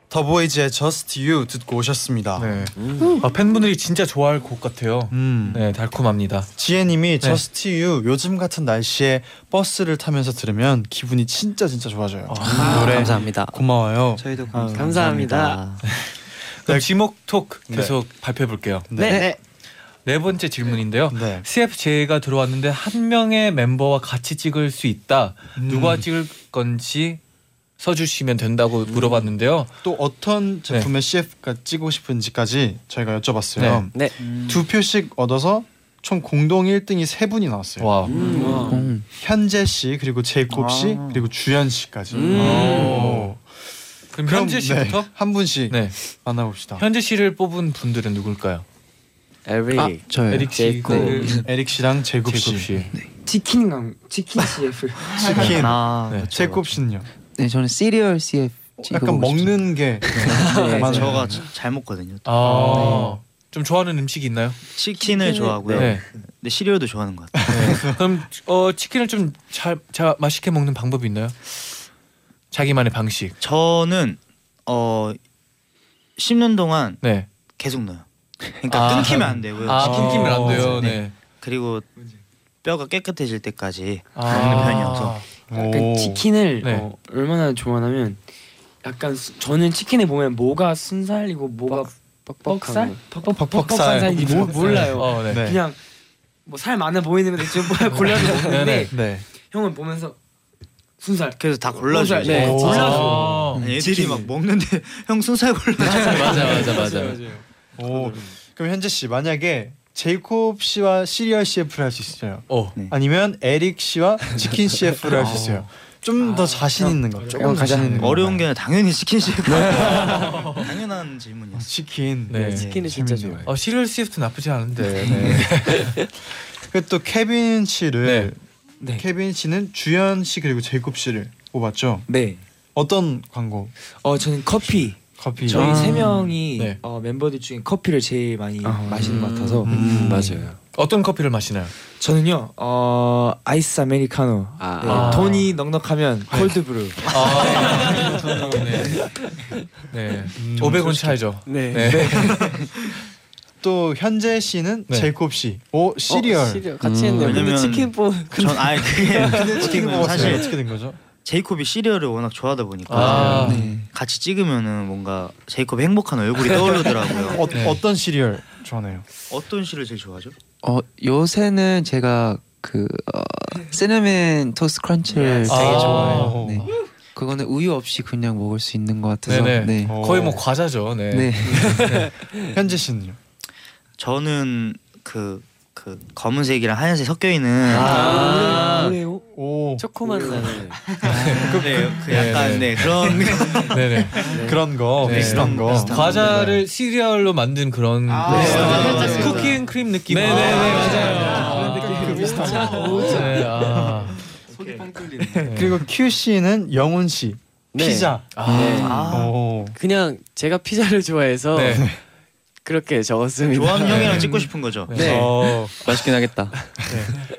더 보이즈의 Just You 듣고 오셨습니다. 음.
네. 아, 팬분들이 진짜 좋아할 곡 같아요. 네 달콤합니다.
지혜님이
네.
Just You 요즘 같은 날씨에 버스를 타면서 들으면 기분이 진짜 진짜 좋아져요. 이 노래
감사합니다.
고마워요.
저희도
감사합니다.
어, 그럼 지목 톡 계속 발표해 볼게요.
네. 네.
네 번째 질문인데요.
네.
CFJ가 들어왔는데 한 명의 멤버와 같이 찍을 수 있다.
음.
누가 찍을 건지 써주시면 된다고 물어봤는데요. 네.
또 어떤 제품의 CF가 찍고 싶은지까지 저희가 여쭤봤어요.
네.
음.
두 표씩 얻어서 총 공동 1등이 세 분이 나왔어요.
와. 음.
현재 씨 그리고 제이콥 씨
아.
그리고 주현 씨까지.
음.
오.
그럼
그럼,
현재 씨부터
네, 한 분씩 만나봅시다.
현재 씨를 뽑은 분들은 누굴까요?
에릭,
아, 저요.
에릭 씨, 네.
제이콥. 에릭 씨랑 제이콥 씨. 네.
치킨 강 치킨
*laughs*
CF.
치킨.
아,
네. 제이콥 씨는요?
네, 저는 시리얼 CF
약간 먹는 게
네,
많아요.
저가 자- 잘 먹거든요.
네.
또.
아. 좀 좋아하는 음식이 있나요?
치킨을 좋아하고요.
네.
근데 시리얼도 좋아하는 것 같아요.
그럼 어 치킨을 좀 잘 맛있게 먹는 방법이 있나요? 자기만의 방식.
저는 어 씹는 동안
네.
계속 넣어요. 그러니까
아,
끊기면 안 되고요.
아,
치킨.
끊기면 안 돼요, 네.
그리고 뼈가 깨끗해질 때까지
아.
먹는 편이어서
약간 치킨을 어, 얼마나 좋아하냐면 약간 수- 저는 치킨에 보면 뭐가 순살이고 뭐가 뻑살? 뻑뻑뻑뻑한 살인지
뻑뻑살.
모- 몰라요.
어, 네.
그냥 뭐 살 많아 보이는 건데 지금 뭐야 골라서 먹는데
네, 네.
형은 보면서 순살
그래서 다 골라줘요.
네,
오.
골라줘.
음,
아. 애들이 막 먹는데 *laughs* 형 순살
*laughs*
골라줘.
오, 그럼 현재 씨 만약에 제이콥 씨와 시리얼 CF를 할 수 있어요. 아니면 에릭 씨와 치킨 CF를 할 수 있어요. 좀
아,
더 자신 있는 거. 조금 자신 있는 거. 네.
어려운 게 당연히 치킨 셰프. *laughs*
당연한 질문이었어. 치킨. 네.
치킨이 진짜 좋아요. 네. 어 시리얼 시프트 나쁘지 않은데.
그또 케빈
네.
씨를 케빈 씨는 주연 씨 그리고 제이콥 씨를 뽑았죠.
네.
어떤 광고?
어 저는 커피.
커피.
저희
아.
세 명이
네.
어, 멤버들 중에 커피를 제일 많이 마시는 것 같아서
음.
맞아요.
어떤 커피를 마시나요?
저는요 어 아이스 아메리카노 네,
아. 네.
돈이 넉넉하면 콜드브루
아,
음.
네. 네. 500원 차이죠.
네.
*laughs* 또 현재 씨는
네.
제이콥 씨. 오 시리얼.
어, 시리얼 같이 했네요. 근데 치킨 뽑.
음, 전 아예
*laughs*
그게
근데
어떻게
치킨
보면
먹었어요.
사실
어떻게 된 거죠?
제이콥이 시리얼을 워낙 좋아하다 보니까
아.
네. 같이 찍으면은 뭔가 제이콥 의 행복한 얼굴이 떠오르더라고요.
*laughs* 어, 어떤 시리얼 좋아해요?
어떤 시를 제일 좋아하죠?
어 요새는 제가 그 어, 시네멘 토스트 크런치를
아.
되게 좋아해요. 네. 그거는 우유 없이 그냥 먹을 수 있는 것 같아서
네네.
네.
어.
거의 뭐 과자죠. 네.
네.
현재 씨는요?
저는 그, 그 검은색이랑 하얀색 섞여 있는 네.
아.
뭐래요?
오.
초코맛
네.
나는.
그, 그 약간 네,
*laughs*
그런
네네.
그런 거
네.
비슷한 거.
과자를 시리얼로 만든 그런
네. 맞아요. 맞아요.
쿠키 앤 크림 느낌. 네네네 맞아요. 그런 느낌 비슷한
어.
거. 네. 아.
네. 그리고 Q 씨는 영훈 씨
네.
피자. 어.
아. 네.
오.
그냥 제가 피자를 좋아해서
네.
그렇게 적었습니다.
조합 형이랑 찍고 싶은 거죠.
네.
어.
맛있긴 하겠다.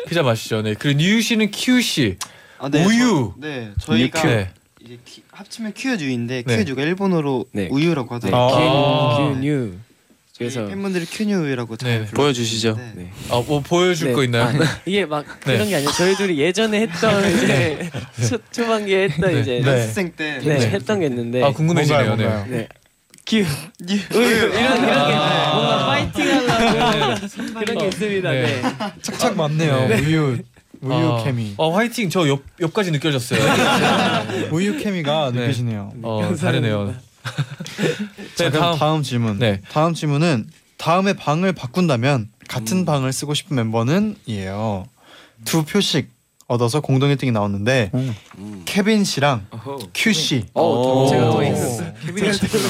피자 맛있죠. 네. 그리고 뉴 씨는 Q 씨.
아, 네,
우유.
저, 네 저희가
뉴큐. 네.
이제 키, 합치면 큐즈인데
네. 아.
큐즈가 일본어로 우유라고
네.
하더라고요.
큐, 뉴. 그래서
팬분들이 큐뉴유라고 잘 네. 불러요.
보여주시죠.
네. 아뭐 보여줄
네.
거 있나요?
아, 이게 막
네.
그런 게 아니라 저희 둘이 예전에 했던 이제 초, 초반기에 했던
네.
이제
네. 연습생
때.
네,
네.
했던 게 있는데
아, 궁금해지네요, 뭔가요, 네. 뭔가요?
네. 큐 우유 이런 이런
아.
네.
게 뭔가 파이팅 하려고 그런 게 있습니다. 네.
착착 맞네요.
네.
우유 우유
아,
케미. 네.
어 화이팅 저 옆 옆까지 느껴졌어요. 네.
우유 케미가 느껴지네요.
어 다르네요.
아.
자 그럼 다음, 질문. 다음 질문은 다음에 방을 바꾼다면 같은
음.
방을 쓰고 싶은 멤버는 이에요. 두 표씩 얻어서 공동 1등이 나왔는데
음.
케빈 씨랑 큐 씨.
어, 제가 더
오.
있었어요.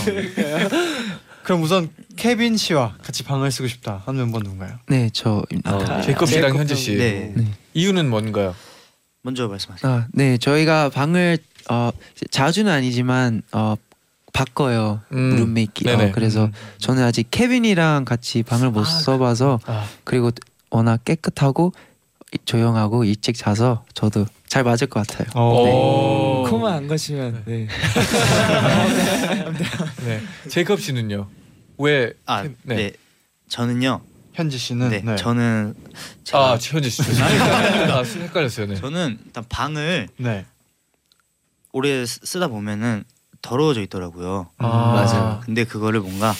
어,
그럼 우선 케빈 씨와 같이 방을 쓰고 싶다 한 멤버 누군가요? 네.
네, 저입니다. 네.
제이콥 씨랑 현지 씨. 이유는 뭔가요?
먼저 말씀하세요.
아, 네, 저희가 방을 어, 자주는 아니지만 어, 바꿔요
음.
룸메이트.
네네. 음. 아, 그,
어, 그래서 저는 아직 케빈이랑 같이 방을 못 써봐서 그리고 워낙 깨끗하고 이- 조용하고 일찍 자서 저도 잘 맞을 것 같아요.
어.
오. 네. 코만 안 거시면 네.
네. 제이콥 씨는요. 왜?
아,
캠-
네. 저는요.
현지 씨는
네.
네.
저는
아 현지 씨. 아 헷갈렸어요. 네.
저는 일단 방을
네.
오래 쓰- 쓰다 보면은 더러워져 있더라고요.
아. 맞아요.
근데 그거를 뭔가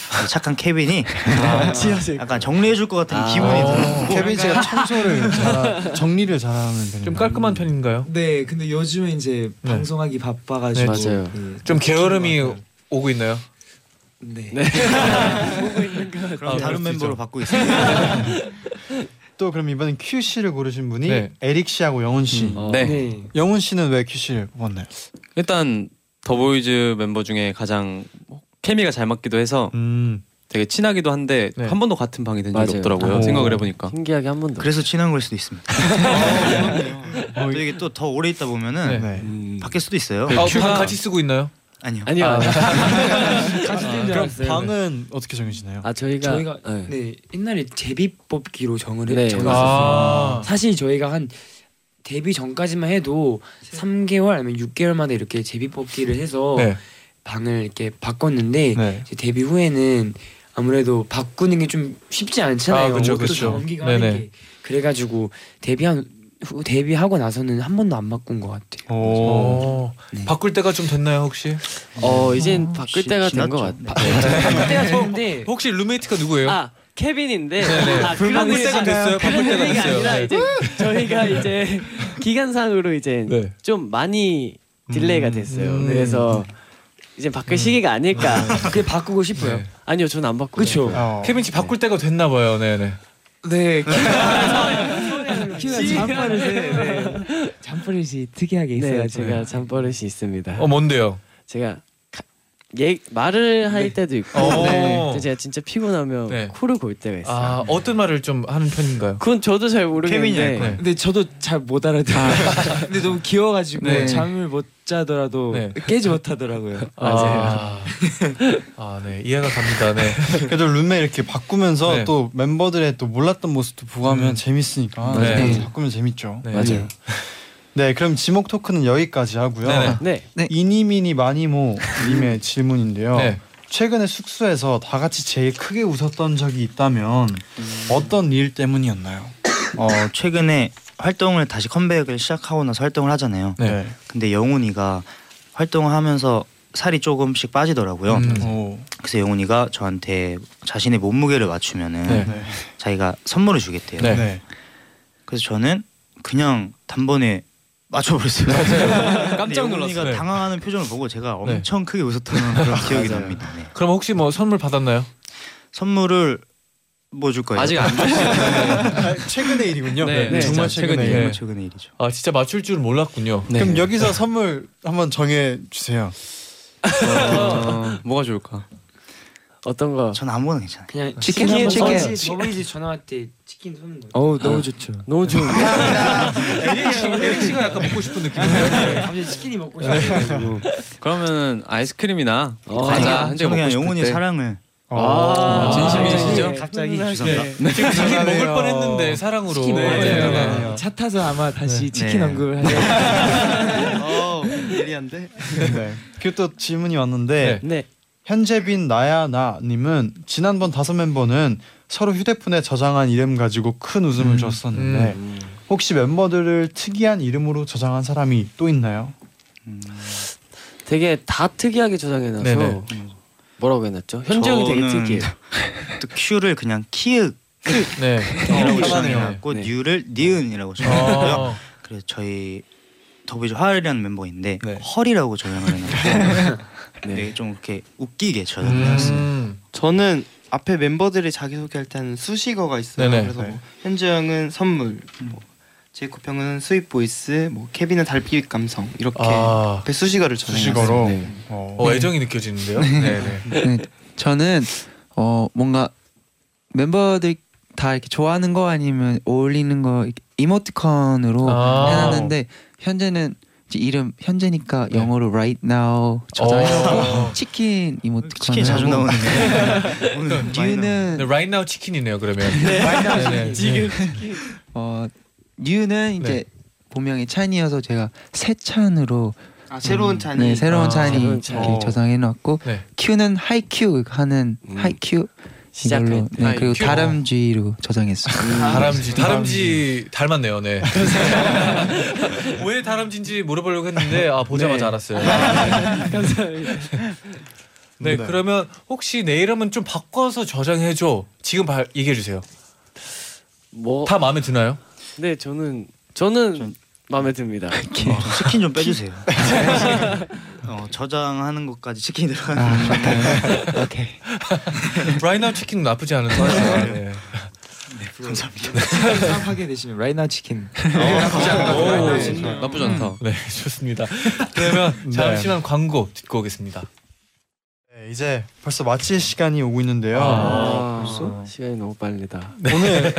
*laughs*
착한 케빈이
아,
지하실
약간 정리해 줄 것 같은 기분이 들어요.
케빈 씨가
*laughs*
청소를 잘 *laughs* 정리를 잘하는 편인가요?
좀 깔끔한 *laughs* 편인가요?
네, 근데 요즘에 이제 방송하기
네,
바빠가지고
맞아요.
네,
좀 게으름이
어,
오고 있나요?
네.
그럼 다른 멤버로 바꾸고 있어요.
*laughs* 또 그럼 이번엔 큐 씨를 고르신 분이
네.
에릭 씨하고 영훈 씨.
음, 네. 네.
영훈 씨는 왜 큐 씨를 뽑았나요?
일단 더보이즈 멤버 중에 가장 케미가 잘 맞기도 해서 되게 친하기도 한데 한 번도 같은 방이 된 적이
맞아요.
없더라고요.
오.
어,
어.
생각을 해보니까.
신기하게 한 번도.
그래서 친한 걸 수도 네. 있습니다.
어, 네.
또 이게 또 더 오래 있다 보면은 바뀔 수도 있어요.
아, 방 같이 쓰고 있나요?
아니요. 아. *laughs*
아니요.
아.
같이 뛴줄
그럼
알았어요.
방은 어떻게 정해지나요?
아 저희가
저희가 네. 옛날에 제비 뽑기로 정을
네.
네. 정했었어요.
아.
사실 저희가 한 데뷔 전까지만 해도 3개월 아니면 6개월마다 이렇게 제비 뽑기를 해서
네.
방을 이렇게 바꿨는데 이제 데뷔 후에는 아무래도 바꾸는 게 좀 쉽지 않잖아요.
아, 그쵸,
옷도
그쵸.
전기가
네네.
하는 게. 그래가지고 데뷔한 후 데뷔하고 나서는 한 번도 안 바꾼 것 같아요. 어.
오.
네.
*laughs* 바꿀 때가 좀 됐나요 혹시?
어
아,
이젠 바꿀 때가 된 것 같아.
네.
네.
*laughs*
바꿀 때가 됐는데
*laughs* 혹시 룸메이트가 누구예요?
아 케빈인데
네네.
아,
바꿀
그런
때가
의미가
됐어요. 바꿀
그런
때가
의미가
됐어요.
아니라
네.
이제 저희가 이제 기간상으로 이제
네.
좀 많이 딜레이가
음.
됐어요. 그래서 이제 바꿀 시기가 아닐까. 네.
그 바꾸고 싶어요.
아니요, 저는 안 바꾸고.
그쵸. 케빈 씨 바꿀 때가 됐나 봐요. 어, 네네. *laughs*
네.
아,
시기가-
잠버릇이 특이하게 있어요.
네, 제가 잠버릇이 있습니다.
어 뭔데요?
제가 가- 얘 말을 할 때도 있고
어. 네.
근데 제가 진짜 피곤하면
네.
코를 골 때가 있어요. *laughs*
아 어떤 말을 좀 하는 편인가요?
그건 저도 잘
케빈이 알
모르겠는데
거예요. 근데 저도 잘 못 알아들어요. 근데 너무 귀여워가지고
네.
잠을 못 자더라도 깨지 못하더라고요.
맞아요. 아, 네. 이해가 갑니다. 네.
*laughs* 그래도 룸메 이렇게 바꾸면서
네.
또 멤버들의 또 몰랐던 모습도 보고하면 재밌으니까
네.
네.
네.
바꾸면 재밌죠.
네. 맞아요.
네, 그럼 지목 토크는 여기까지 하고요.
네네.
이니미니 마니모
*laughs*
님의 질문인데요.
네.
최근에 숙소에서 다 같이 제일 크게 웃었던 적이 있다면
음.
어떤 일 때문이었나요?
어 최근에 활동을 다시 컴백을 시작하고 나서 활동을 하잖아요.
네.
근데 영훈이가 활동을 하면서 살이 조금씩
네.
빠지더라고요.
음.
그래서 영훈이가 저한테 자신의 몸무게를
음.
맞추면은
네.
자기가 선물을 주겠대요.
네. 네.
그래서 저는 그냥 단번에 맞춰버렸어요.
깜짝
근데 영훈이가
놀랐어요. 네.
당황하는 표정을 보고 제가
네.
아, 엄청 크게 웃었던 그런 기억이 납니다. 네.
그럼 혹시 뭐 선물 받았나요?
선물을 뭐 줄 거예요? *laughs* 네.
아직 안
최근의 일이군요.
네, 네.
정말
진짜
최근의
최근이에요.
일.
최근의 일이죠.
아 진짜 맞출 줄 몰랐군요.
그럼 여기서 선물 한번 정해
*laughs*
주세요.
어.
뭐가 좋을까?
어떤 거?
전 아무거나 괜찮아요.
그냥
치킨 한번
치킨
쏘-
저번에 전화 왔대 치킨 쏘는 거.
어우 너무 좋죠. 너무
*laughs*
좋은.
아, 네.
*laughs*
에릭 씨가 약간 먹고 싶은 네. 느낌.
네.
갑자기 치킨이 먹고 싶어.
그러면 아이스크림이나
아니야.
과자 한잔
저는
먹고
그냥
싶을
영훈이
때.
사랑을.
아, 진심이시죠?
갑자기
네.
지금 치킨 먹을 뻔했는데 사랑으로.
치킨 먹을
네.
뻔했다가 차 타서 아마 다시 치킨
네.
언급을 하려.
어 예리한데.
네. 그리고 또 질문이 왔는데
네.
현재빈 나야나 님은 지난번 다섯 멤버는 서로 휴대폰에 저장한 이름 가지고 큰 웃음을 줬었는데 혹시 멤버들을 특이한 이름으로 저장한 사람이 또 있나요? 음.
되게 다 특이하게 저장해놔서
네네.
뭐라고 해놨죠? 현정이 되게
저는
특이해요.
또 큐를 그냥 키읔
네.
어, 이라고
편하네요.
정해놨고
네.
뉴를 니은이라고
어.
정해놨고요. 그래서 저희 더보이즈 화열이라는 멤버 있는데 헐이라고 저장을 해놨고 네. 좀 이렇게 웃기게
음.
저장을
음.
해놨습니다.
저는 앞에 멤버들이 자기소개할 때는 수식어가 있어요.
네네.
그래서
네.
뭐 현주 형은 선물,
음.
뭐 제이콥 형은 스윗 보이스, 뭐 케빈은 달빛 감성 이렇게
아.
그
앞에 수식어를
수식어로?
정해놨어요.
네.
어.
어, 애정이 느껴지는데요. 네. 네.
네, 저는 어 뭔가 멤버들 다 이렇게 좋아하는 거 아니면 어울리는 거 이렇게 이모티콘으로
아.
해놨는데 현재는 이제 이름 현재니까
네.
영어로 right now 저장해놓고 치킨 이모티콘
어. 치킨 자주
네,
나오는데 뉴는
네, right now 치킨이네요. 그러면.
*laughs*
네, 네.
지금 어 뉴는 이제 본명이 찬이어서 제가 새 찬으로
아, 새로운 찬이.
네 새로운
아,
찬이
새로운
이렇게
찬이.
저장해 놨고 큐는 하이큐 하는 하이큐
시작할
이걸로
때
네, 그리고
하이큐.
다람쥐로 저장했어요.
아,
음. 네.
다람쥐 다람쥐 닮았네요. 네. 왜 다람쥐인지 물어보려고 했는데 아 보자마자
네.
알았어요.
감사합니다.
네,
네.
그러면 혹시 내 이름은 좀 바꿔서 저장해 줘. 지금 발 얘기해 주세요.
뭐?
다 마음에 드나요?
네 저는 저는 마음에 듭니다.
치킨 좀 빼주세요. 어, 저장하는 것까지 치킨이 들어가는 거.
오케이.
라이나 치킨 나쁘지 않은 것 같아요. 네.
*laughs* 감사합니다.
하게 되시면 라이나 치킨.
어,
어,
나쁘지 않다.
오,
라이나
네.
치킨.
나쁘지 않다.
음. 네, 좋습니다. 그러면
네.
잠시만 광고 듣고 오겠습니다.
네, 이제 벌써 마칠 시간이 오고 있는데요.
아, 벌써? 시간이 너무 빨리다.
네,
오늘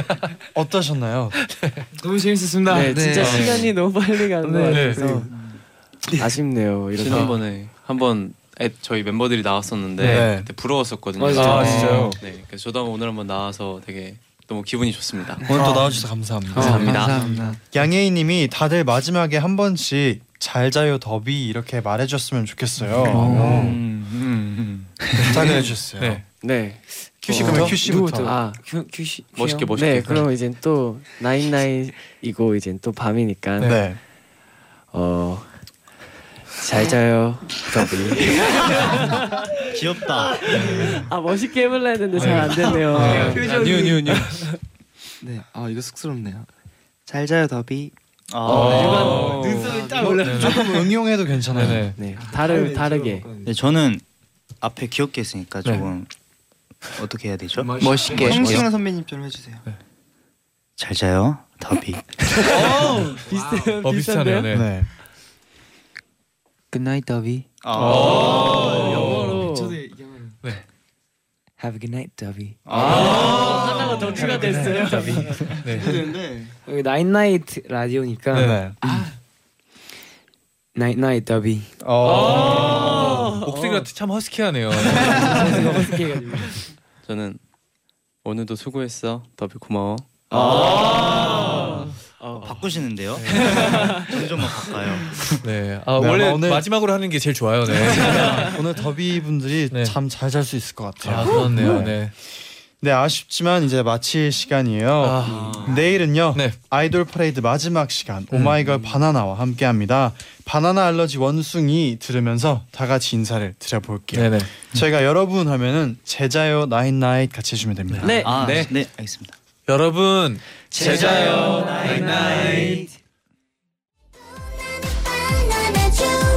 어떠셨나요?
너무 재밌었습니다.
네, 진짜 시간이 너무 빨리 가는 것
네.
같아서 아쉽네요. 어, 이렇게
지난번에 한번 저희 멤버들이 나왔었는데
네.
그때 부러웠었거든요.
맞아요. 아, 진짜요?
네, 그래서 저도 한번 오늘 한번 나와서 되게 너무 기분이 좋습니다. 어,
오늘 또
아.
나와주셔서
아,
감사합니다.
감사합니다.
양예인님이 다들 마지막에 한 번씩 잘 자요 더비 이렇게 말해줬으면 좋겠어요. 음. 부탁을 해주셨어요.
네.
큐 씨, 그러면
어,
큐 씨부터.
누구부터? 아, 큐, 큐 씨.
멋있게,
큐요?
멋있게.
네, 그럼 이제 또 나인나이이고 이제 또 밤이니까.
네.
어. 잘 자요, 더비.
귀엽다.
아 멋있게 해볼라 했는데 잘 안 되네요.
아,
아,
네, 아 이거 쑥스럽네요.
잘 자요 더비.
아,
어.
네. 눈썹이 딱
네.
올라요.
조금 응용해도 괜찮아요.
네.
네.
다르
다르-
다르게.
다르게.
네, 저는 앞에 귀엽게 했으니까 조금 어떻게 해야 되죠?
성시경 선배님처럼 해주세요. *laughs*
잘 자요 더비.
비슷해요.
어, 비슷하네요, 네. 네.
굿나잇 더비.
어,
영어로.
저도
Have a good night 더비.
아, 하나가 더 추가됐어요.
네.
여기 나인나이트 라디오니까 음.
네.
나인나이트 더비.
아, 목소리가 참 *laughs* 허스키하네요.
저는 오늘도 수고했어. 더비 고마워.
아.
아. 어, 바꾸시는데요? 점점 막 바꿔요.
*laughs* 네. 아, 원래 마지막으로 하는 게 제일 좋아요. 네.
*laughs* 오늘 더비 분들이 잠 잘 잘 수 있을 것 같아요.
아, 그렇네요. 네.
네 아쉽지만 이제 마칠 시간이에요.
아.
내일은요
네.
아이돌 파레이드 마지막 시간
음.
오마이걸 바나나와 함께합니다. 바나나 알러지 원숭이 들으면서 다 같이 인사를 드려볼게요.
네네.
저희가 여러분 하면은 제자요 나인나잇 같이 해주면 됩니다.
네. 아, 네. 네, 알겠습니다.
여러분
제자요,
나잇나잇
나는 주